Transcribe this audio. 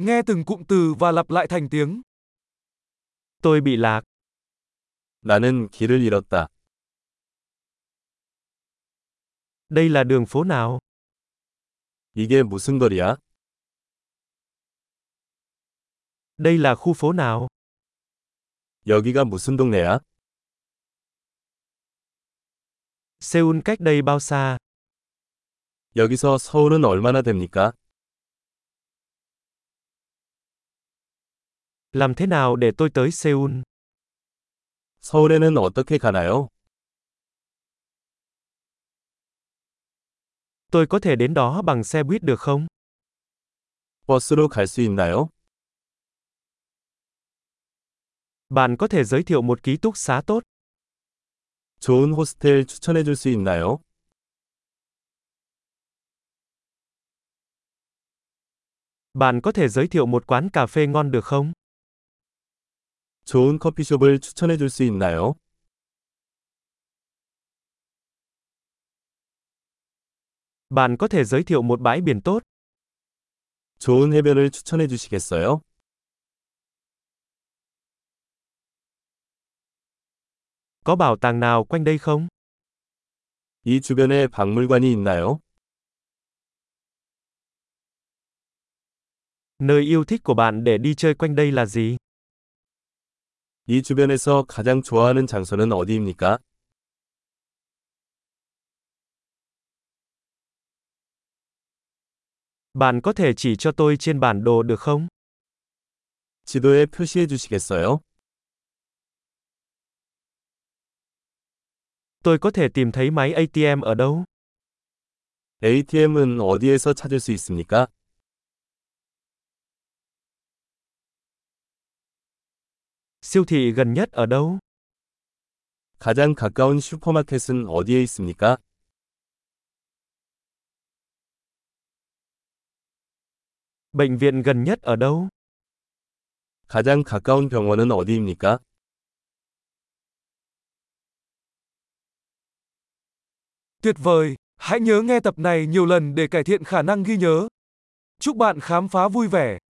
Nghe từng cụm từ và lặp lại thành tiếng. Tôi bị lạc. 나는 길을 잃었다. Đây là đường phố nào? 이게 무슨 거리야? Đây là khu phố nào? 여기가 무슨 동네야? Seoul cách đây bao xa? 여기서 서울은 얼마나 됩니까? Làm thế nào để tôi tới Seoul? 서울에는 어떻게 가나요? Tôi có thể đến đó bằng xe buýt được không? 버스로 갈 수 있나요? Bạn có thể giới thiệu một ký túc xá tốt. 좋은 호스텔 추천해 줄 수 있나요? Bạn có thể giới thiệu một quán cà phê ngon được không? 좋은 커피숍을 추천해 줄 수 있나요? Bạn có thể giới thiệu một bãi biển tốt. 좋은 해변을 추천해 주시겠어요? Có bảo tàng nào quanh đây không? 이 주변에 박물관이 있나요? Nơi yêu thích của bạn để đi chơi quanh đây là gì? 이 주변에서 가장 좋아하는 장소는 어디입니까? Bạn có thể chỉ cho tôi trên bản đồ được không? 지도에 표시해 주시겠어요? Tôi có thể tìm thấy máy ATM ở đâu? ATM은 어디에서 찾을 수 있습니까? Siêu thị gần nhất ở đâu? 가장 가까운 슈퍼마켓은 어디에 있습니까? Bệnh viện gần nhất ở đâu? 가장 가까운 병원은 어디입니까? Tuyệt vời! Hãy nhớ nghe tập này nhiều lần để cải thiện khả năng ghi nhớ. Chúc bạn khám phá vui vẻ!